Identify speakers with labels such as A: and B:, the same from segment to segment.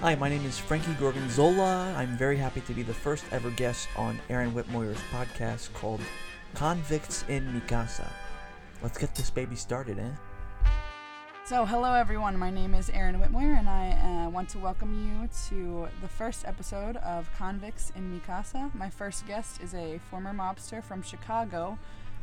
A: Hi, my name is Frankie Gorgonzola. I'm very happy to be the first ever guest on Aaron Whitmore's podcast called Convicts in Mikasa. Let's get this baby started, eh?
B: So, hello everyone. My name is Erin Whitmore, and I uh, want to welcome you to the first episode of Convicts in Mikasa. My first guest is a former mobster from Chicago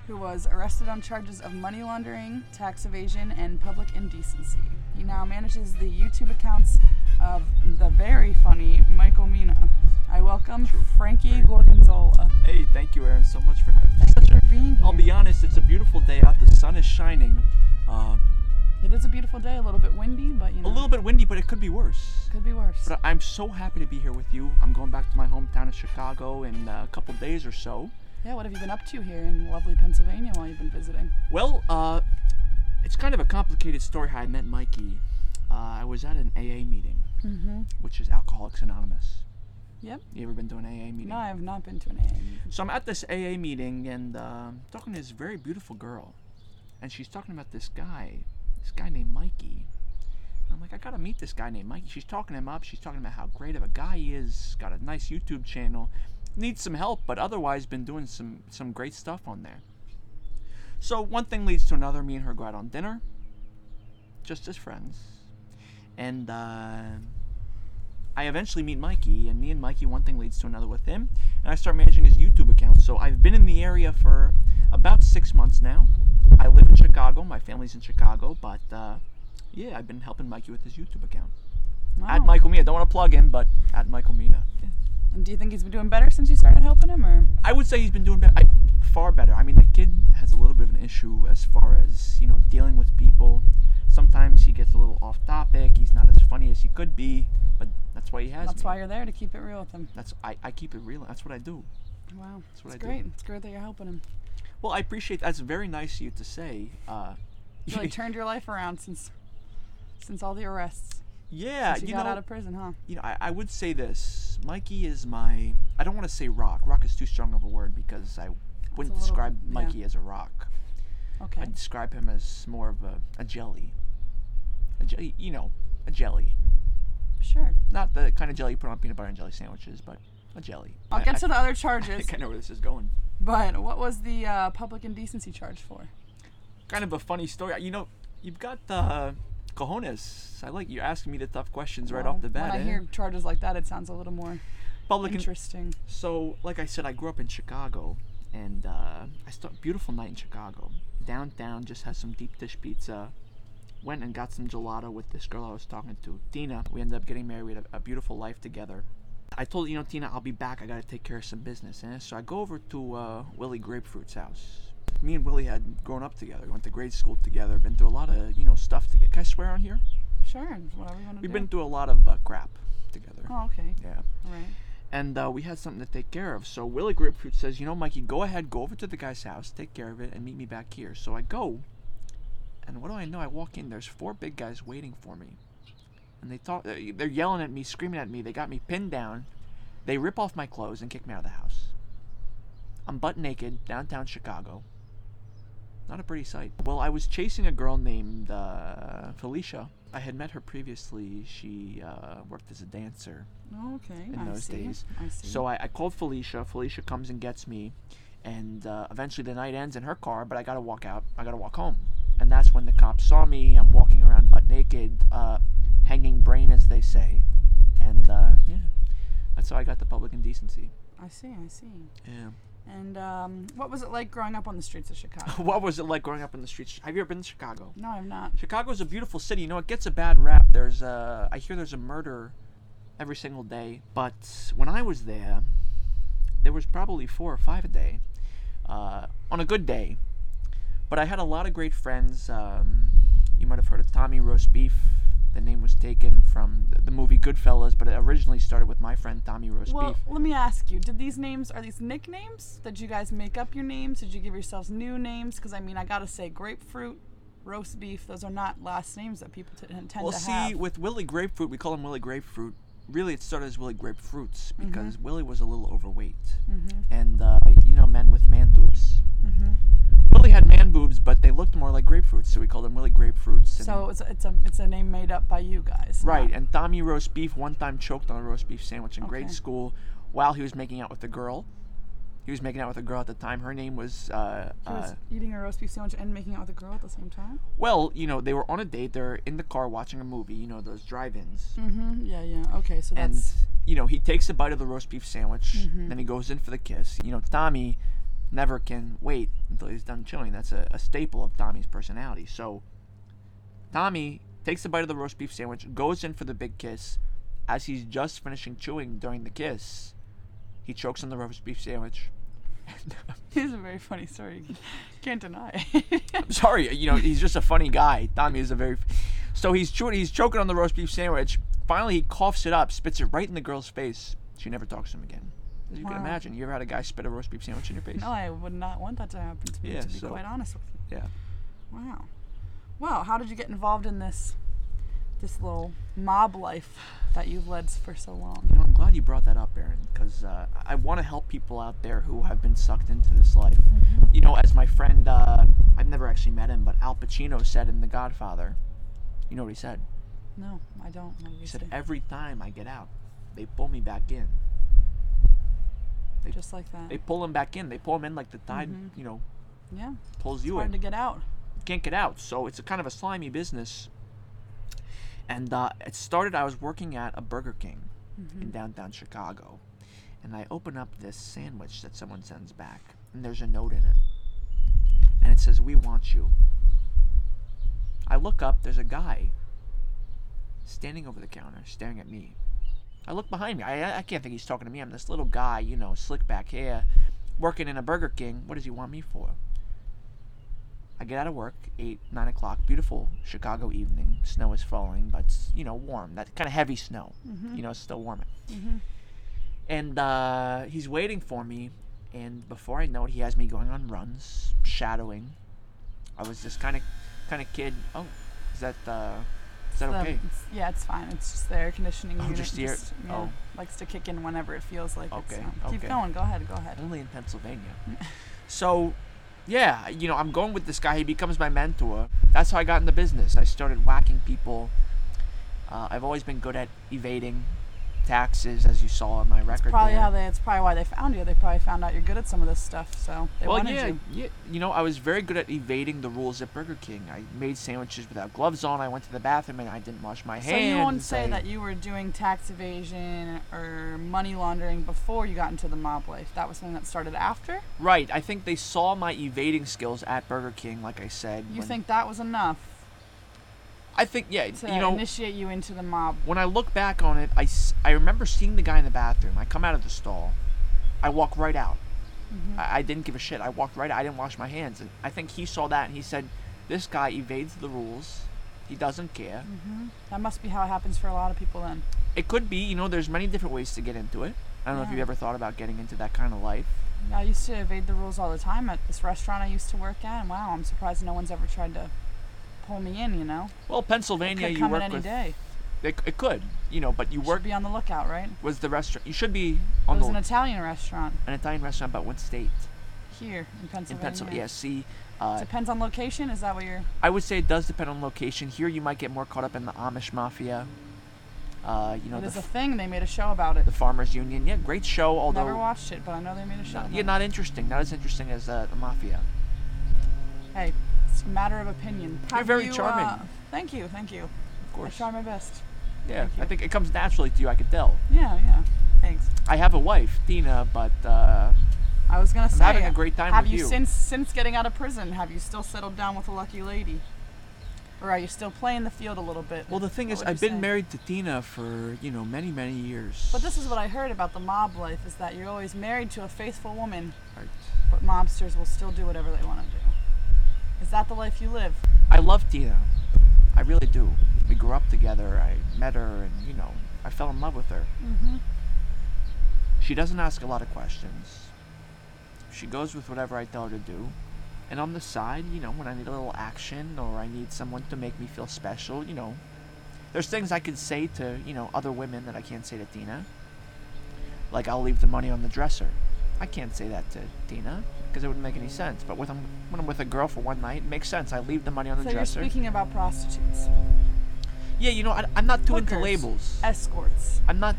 B: who was arrested on charges of money laundering, tax evasion, and public indecency. He now manages the YouTube accounts of the very funny Michael Mina. I welcome Frankie Gorgonzola.
C: Hey, thank you, Aaron, so much for having me.
B: Thank you for being
C: I'll be
B: here.
C: honest, it's a beautiful day out. The sun is shining. Um,
B: It is a beautiful day, a little bit windy, but you
C: a
B: know,
C: little bit windy, but it could be worse.
B: could be worse.
C: But I'm so happy to be here with you. I'm going back to my hometown of Chicago in uh, a couple days or so.
B: Yeah, what have you been up to here in lovely Pennsylvania while you've been visiting?
C: Well, uh, it's kind of a complicated story how I met Mikey. Uh, I was at an AA meeting,
B: Mm-hmm.
C: which is Alcoholics Anonymous.
B: Yep.
C: You ever been to an AA meeting?
B: No, I have not been to an AA meeting.
C: So I'm at this AA meeting and uh, talking to this very beautiful girl, and she's talking about this guy, this guy named Mikey. And I'm like, I gotta meet this guy named Mikey. She's talking him up. She's talking about how great of a guy he is. Got a nice YouTube channel. Needs some help, but otherwise been doing some some great stuff on there. So one thing leads to another. Me and her go out on dinner, just as friends, and. Uh, I eventually meet Mikey, and me and Mikey, one thing leads to another with him, and I start managing his YouTube account. So I've been in the area for about six months now. I live in Chicago, my family's in Chicago, but uh, yeah, I've been helping Mikey with his YouTube account.
B: Wow.
C: At Michael Mina, don't want to plug him, but at Michael Mina. Yeah.
B: And do you think he's been doing better since you started helping him, or
C: I would say he's been doing be- I, far better. I mean, the kid has a little bit of an issue as far as you know dealing with people. Sometimes he gets a little off topic. He's not as funny as he could be, but that's why he has.
B: that's
C: me.
B: why you're there to keep it real with him?
C: That's I, I keep it real. That's what I do.
B: Wow,
C: That's what
B: it's
C: I do.
B: great. It's great that you're helping him.
C: Well, I appreciate that's very nice of you to say. Uh,
B: You really turned your life around since since all the arrests.
C: yeah,
B: since you,
C: you
B: got
C: know,
B: out of prison, huh?
C: you know, I, I would say this. Mikey is my. I don't want to say rock. Rock is too strong of a word because I wouldn't
B: a little-
C: describe
B: yeah.
C: Mikey as a rock.
B: Okay.
C: I'd describe him as more of a, a jelly. A jelly, you know, a jelly.
B: Sure.
C: Not the kind of jelly you put on peanut butter and jelly sandwiches, but a jelly.
B: I'll
C: I-
B: get
C: I-
B: to the other
C: I
B: charges,
C: kind of know where this is going.
B: but what was the uh, public indecency charge for?
C: kind of a funny story. You know, you've got uh, cojones. I like you asking me the tough questions right
B: Well,
C: off the bat.
B: When I
C: eh?
B: hear charges like that, it sounds a little more
C: Public in-
B: interesting.
C: so, like I said, I grew up in Chicago, and uh, I start beautiful night in Chicago. Downtown, just had some deep dish pizza. Went and got some gelato with this girl I was talking to, Tina. We ended up getting married. We had a, a beautiful life together. I told her, you know, Tina, I'll be back. I gotta take care of some business. And so I go over to uh, Willie Grapefruit's house. Me and Willie had grown up together. We went to grade school together. Been through a lot of, you know, stuff together. Can I swear on here?
B: Sure. Whatever you want to
C: We've
B: do.
C: been through a lot of uh, crap together.
B: Oh, okay.
C: Yeah
B: All right.
C: and uh, we had something to take care of. So Willie Grapefruit says, "You know, Mikey, go ahead, go over to the guy's house, take care of it, and meet me back here." So I go, and what do I know? I walk in. There's four big guys waiting for me, and they talk. They're they're yelling at me, screaming at me. They got me pinned down. They rip off my clothes and kick me out of the house. I'm butt naked downtown Chicago. Not a pretty sight. Well, I was chasing a girl named uh, Felicia. I had met her previously. She uh, worked as a dancer
B: Okay.
C: in
B: I
C: those
B: see.
C: days.
B: I see.
C: So I, I called Felicia. Felicia comes and gets me, and uh, eventually the night ends in her car. But I gotta walk out. I gotta walk home, and that's when the cops saw me. I'm walking around butt naked, uh, hanging brain, as they say, and uh, yeah, that's how I got the public indecency.
B: I see. I see.
C: Yeah.
B: And um, what was it like growing up on the streets of Chicago?
C: What was it like growing up in the streets? Have you ever been to Chicago?
B: No, I'm not.
C: Chicago's a beautiful city. You know, it gets a bad rap. There's a, I hear there's a murder every single day. But when I was there, there was probably four or five a day, uh, on a good day. But I had a lot of great friends. Um, you might have heard of Tommy Roast Beef. The name was taken from the- the movie Goodfellas, but it originally started with my friend Tommy Roast
B: Well,
C: Beef.
B: let me ask you: Did these names are these nicknames? Did you guys make up your names? Did you give yourselves new names? Because I mean, I gotta say, grapefruit, roast beef. Those are not last names that people t- tend
C: Well,
B: to
C: see,
B: have.
C: with Willie Grapefruit, we call him Willie Grapefruit. Really, it started as Willie Grapefruits
B: Mm-hmm.
C: because Willie was a little overweight, and uh, you know, men with man
B: Mm-hmm.
C: boobs. Willie had man boobs, but they looked more like grapefruits, so we called them Willie Grapefruits. And
B: so it it's a, it's a it's a name made up by you guys.
C: Right, and Tommy roast beef one time choked on a roast beef sandwich in grade
B: Okay.
C: school while he was making out with a girl. He was making out with a girl at the time. Her name was, uh,
B: He was
C: uh,
B: eating a roast beef sandwich and making out with a girl at the same time.
C: well, you know, they were on a date. They're in the car watching a movie, you know, those drive ins.
B: Mm-hmm. Yeah, yeah. Okay, so
C: And,
B: that's
C: you know, he takes a bite of the roast beef sandwich, then he goes in for the kiss. You know, Tommy never can wait until he's done chewing. That's a, a staple of Tommy's personality. So, Tommy takes a bite of the roast beef sandwich, goes in for the big kiss. As he's just finishing chewing during the kiss, he chokes on the roast beef sandwich.
B: here's a very funny story. Can't deny. it.
C: I'm sorry, you know, he's just a funny guy. Tommy is a very. So he's chewing, he's choking on the roast beef sandwich. Finally, he coughs it up, spits it right in the girl's face. She never talks to him again. As you can
B: Wow.
C: imagine, you ever had a guy spit a roast beef sandwich in your face?
B: no, I would not want that to happen to me.
C: Yeah,
B: to be
C: so-
B: quite honest with you.
C: Yeah.
B: Wow. Wow, how did you get involved in this this little mob life that you've led for so long?
C: You know, I'm glad you brought that up, Aaron, because uh, I want to help people out there who have been sucked into this life. You know, as my friend, uh, I've never actually met him, but Al Pacino said in The Godfather, you know what he said?
B: No, I don't. What did
C: He
B: you
C: said,
B: say?
C: every time I get out, they pull me back in.
B: Just like that.
C: They pull him back in. They pull him in like the tide,
B: Mm-hmm.
C: you know,
B: yeah.
C: pulls you
B: Hard
C: in.
B: to get out.
C: can't get out. So it's a kind of a slimy business. And uh, it started. I was working at a Burger King in downtown Chicago, and I open up this sandwich that someone sends back, and there's a note in it, and it says, "We want you." I look up. There's a guy standing over the counter, staring at me. I look behind me. I, I can't think he's talking to me. I'm this little guy, you know, slick back hair, working in a Burger King. What does he want me for? I get out of work, 8, 9 o'clock, beautiful Chicago evening. Snow is falling, but, it's, you know, warm. That kind of heavy snow. You know, it's still warm. And uh, he's waiting for me, and before I know it, he has me going on runs, shadowing. I was this kind of kind of kid. Oh, is that, uh, is that
B: The-
C: okay?
B: it's- um, yeah, it's fine. It's just the air conditioning
C: Oh,
B: unit.
C: just the air-
B: yeah,
C: oh.
B: Likes to kick in whenever it feels like it's.
C: Okay,
B: um,
C: okay.
B: Keep going. Go ahead. Go ahead.
C: only in Pennsylvania. so, yeah, you know, I'm going with this guy. He becomes my mentor. That's how I got in the business. I started whacking people. Uh, I've always been good at evading taxes, as you saw on my record.
B: It's probably
C: there.
B: how they. It's probably why they found you. They probably found out you're good at some of this stuff, so they
C: well,
B: wanted
C: yeah,
B: you.
C: yeah, you know, I was very good at evading the rules at Burger King. I made sandwiches without gloves on. I went to the bathroom and I didn't wash my
B: So
C: hands.
B: you won't say
C: I-
B: that you were doing tax evasion or money laundering before you got into the mob life. That was something that started after.
C: Right. I think they saw my evading skills at Burger King, like I said.
B: You
C: when-
B: think that was enough
C: I think, yeah.
B: to
C: you know,
B: initiate you into the mob?
C: when I look back on it, I, s- I remember seeing the guy in the bathroom. I come out of the stall. I walk right out. I, I didn't give a shit. I walked right out. I didn't wash my hands. And I think he saw that and he said, This guy evades the rules. He doesn't care.
B: That must be how it happens for a lot of people then.
C: It could be, you know, there's many different ways to get into it. I don't know if
B: Yeah.
C: you've ever thought about getting into that kind of life.
B: I used to evade the rules all the time at this restaurant I used to work at, and wow, I'm surprised no one's ever tried to pull me in, you know?
C: Well, Pennsylvania,
B: Could
C: you
B: come in
C: work
B: any
C: with.
B: day.
C: It, it could, you know, but you work.
B: Should be on the lookout, right?
C: Was the restaurant? You should be
B: It
C: on the
B: was an Italian restaurant
C: an Italian restaurant, but what state?
B: here in
C: In
B: Pennsylvania.
C: Pennsylvania. Yeah, see, uh,
B: Depends on location. Is that what you're?
C: I would say it does depend on location. Here, you might get more caught up in the Amish mafia. Uh, you know,
B: it
C: the,
B: is a
C: f-
B: thing. They made a show about it.
C: the farmers union. Yeah, great show. Although
B: Never watched it, but I know they made a show.
C: not,
B: about
C: yeah,
B: it.
C: not interesting. Not as interesting as uh, the mafia.
B: Hey, it's a matter of opinion.
C: You're
B: Have
C: very
B: you,
C: charming.
B: uh, thank you, thank you.
C: Of
B: I
C: course.
B: try my best.
C: Yeah,
B: thank
C: I
B: you.
C: think it comes naturally to you. I could tell.
B: Yeah, yeah. Thanks.
C: I have a wife, Tina, but uh,
B: I was gonna
C: I'm
B: say.
C: having a great time
B: Have
C: with
B: you,
C: you.
B: since since getting out of prison? Have you still settled down with a lucky lady, or are you still playing the field a little bit?
C: well, the thing
B: What
C: is,
B: would
C: I've
B: you
C: been
B: say?
C: married to Tina for you know many many years.
B: But this is what I heard about the mob life: is that you're always married to a faithful woman,
C: Right.
B: but mobsters will still do whatever they want to do. Is that the life you live?
C: I love Tina. I really do. We grew up together. I met her, and you know, I fell in love with her.
B: Mm-hmm.
C: She doesn't ask a lot of questions. She goes with whatever I tell her to do. And on the side, you know, when I need a little action or I need someone to make me feel special, you know, there's things I could say to, you know, other women that I can't say to Tina. Like, I'll leave the money on the dresser. I can't say that to Tina because it wouldn't make any sense. But with, I'm- when I'm with a girl for one night, it makes sense. I leave the money on the
B: So you're
C: dresser.
B: speaking about prostitutes,
C: yeah, you know, I, I'm not too into
B: Hookers.
C: labels.
B: escorts.
C: I'm not,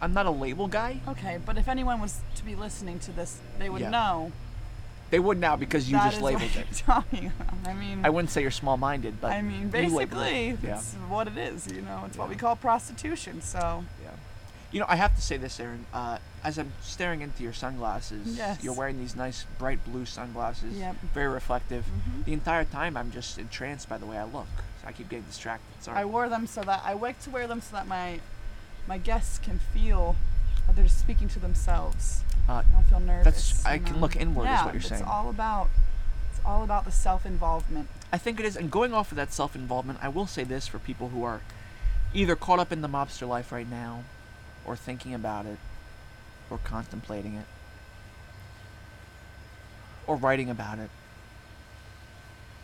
C: I'm not a label guy.
B: Okay, but if anyone was to be listening to this, they would
C: Yeah.
B: know
C: They would now because you
B: that
C: just
B: is
C: labeled it.
B: what you're talking about. I mean,
C: I wouldn't say you're small-minded, but
B: I mean,
C: you labeled it.
B: basically,
C: yeah.
B: it's what it is. You know, it's what
C: Yeah.
B: we call prostitution. So
C: You know, I have to say this, Aaron. Uh, as I'm staring into your sunglasses,
B: Yes.
C: you're wearing these nice bright blue sunglasses,
B: Yep.
C: very reflective.
B: Mhm.
C: The entire time, I'm just entranced by the way I look. So I keep getting distracted. Sorry.
B: I wore them so that I like to wear them so that my my guests can feel that they're speaking to themselves.
C: Uh,
B: I don't feel nervous.
C: That's I
B: you
C: can
B: know?
C: look inward
B: yeah,
C: is what you're saying.
B: it's all about it's all about the self-involvement.
C: I think it is. And going off of that self-involvement, I will say this for people who are either caught up in the mobster life right now, or thinking about it, or contemplating it, or writing about it,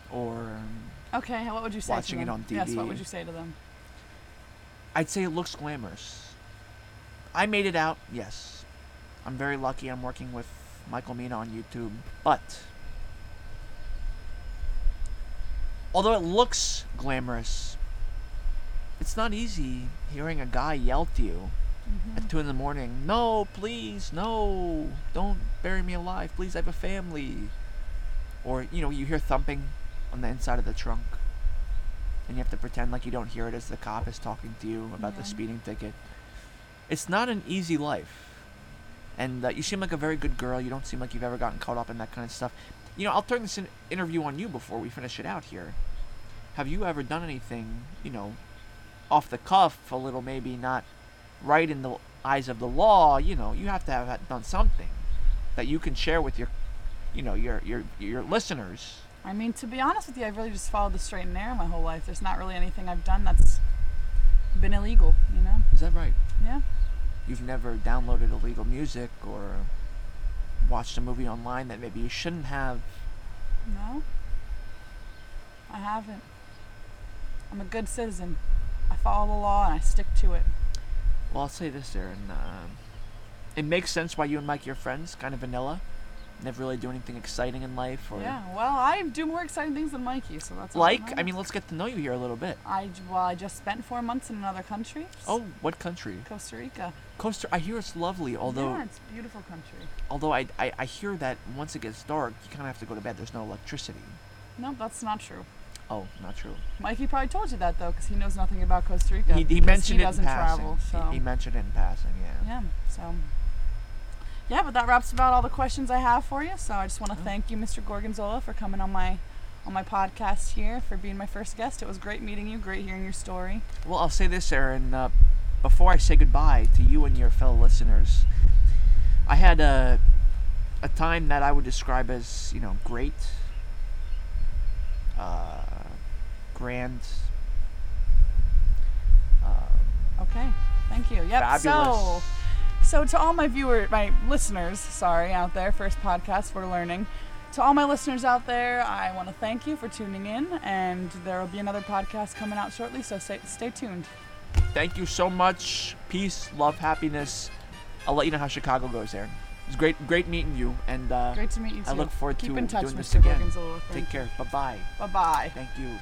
C: or um,
B: Okay, what would you say
C: Watching
B: to
C: it
B: them?
C: on
B: Yes, what
C: TV.
B: would you say to them?
C: I'd say it looks glamorous. I made it out, yes. I'm very lucky. I'm working with Michael Mina on YouTube, but although it looks glamorous, it's not easy hearing a guy yell to you
B: Mhm.
C: at two in the morning. No, please, no, don't bury me alive. Please, I have a family. Or you know, you hear thumping on the inside of the trunk, and you have to pretend like you don't hear it as the cop is talking to you about
B: Yeah.
C: the speeding ticket. It's not an easy life, and uh, you seem like a very good girl. You don't seem like you've ever gotten caught up in that kind of stuff. You know, I'll turn this in- interview on you before we finish it out here. Have you ever done anything, you know, off the cuff, a little maybe not right in the eyes of the law, you know, you have to have had- done something that you can share with your, you know, your your your listeners.
B: I mean, to be honest with you, I've really just followed the straight and narrow my whole life. There's not really anything I've done that's been illegal, you know?
C: Is that right?
B: Yeah.
C: You've never downloaded illegal music or watched a movie online that maybe you shouldn't have.
B: No. I haven't. I'm a good citizen. I follow the law and I stick to it.
C: Well, I'll say this, Aaron. Um it makes sense why you and Mike are friends, kind of vanilla. Never really do anything exciting in life or
B: Yeah, well, I do more exciting things than Mikey, so that's all that
C: Oh, like. I mean,
B: matters.
C: let's get to know you here a little bit.
B: I j- well, I just spent four months in another country.
C: Oh, what country?
B: Costa Rica.
C: Costa. I hear it's lovely, although
B: yeah, it's a beautiful country.
C: although I, I, I hear that once it gets dark, you kind of have to go to bed. There's no electricity.
B: No, that's not true.
C: Oh, not true.
B: Mikey probably told you that though, because he knows nothing about Costa Rica.
C: he, he
B: because
C: mentioned
B: he
C: it in
B: doesn't
C: passing.
B: travel.
C: He-
B: So
C: he, mentioned it in passing. Yeah.
B: yeah, so yeah, but that wraps about all the questions I have for you. So I just want to
C: Oh.
B: thank you, Mr. Gorgonzola, for coming on my on my podcast here for being my first guest. It was great meeting you. Great hearing your story.
C: Well, I'll say this, Aaron. Uh, before I say goodbye to you and your fellow listeners, I had a a time that I would describe as you know great, uh, grand. Um,
B: Okay, thank you. Yep. So
C: Fabulous.
B: so to all my viewer, my listeners, sorry, out there, first podcast we're learning. To all my listeners out there, I want to thank you for tuning in, and there will be another podcast coming out shortly. So stay, stay tuned.
C: Thank you so much. Peace, love, happiness. I'll let you know how Chicago goes, Aaron. It's great, great meeting you, and uh,
B: Great to meet you. Too.
C: I look forward
B: Keep
C: to
B: in touch,
C: doing
B: Mr.
C: this again.
B: Gorgonzola.
C: Take care. Bye bye.
B: Bye bye.
C: Thank you.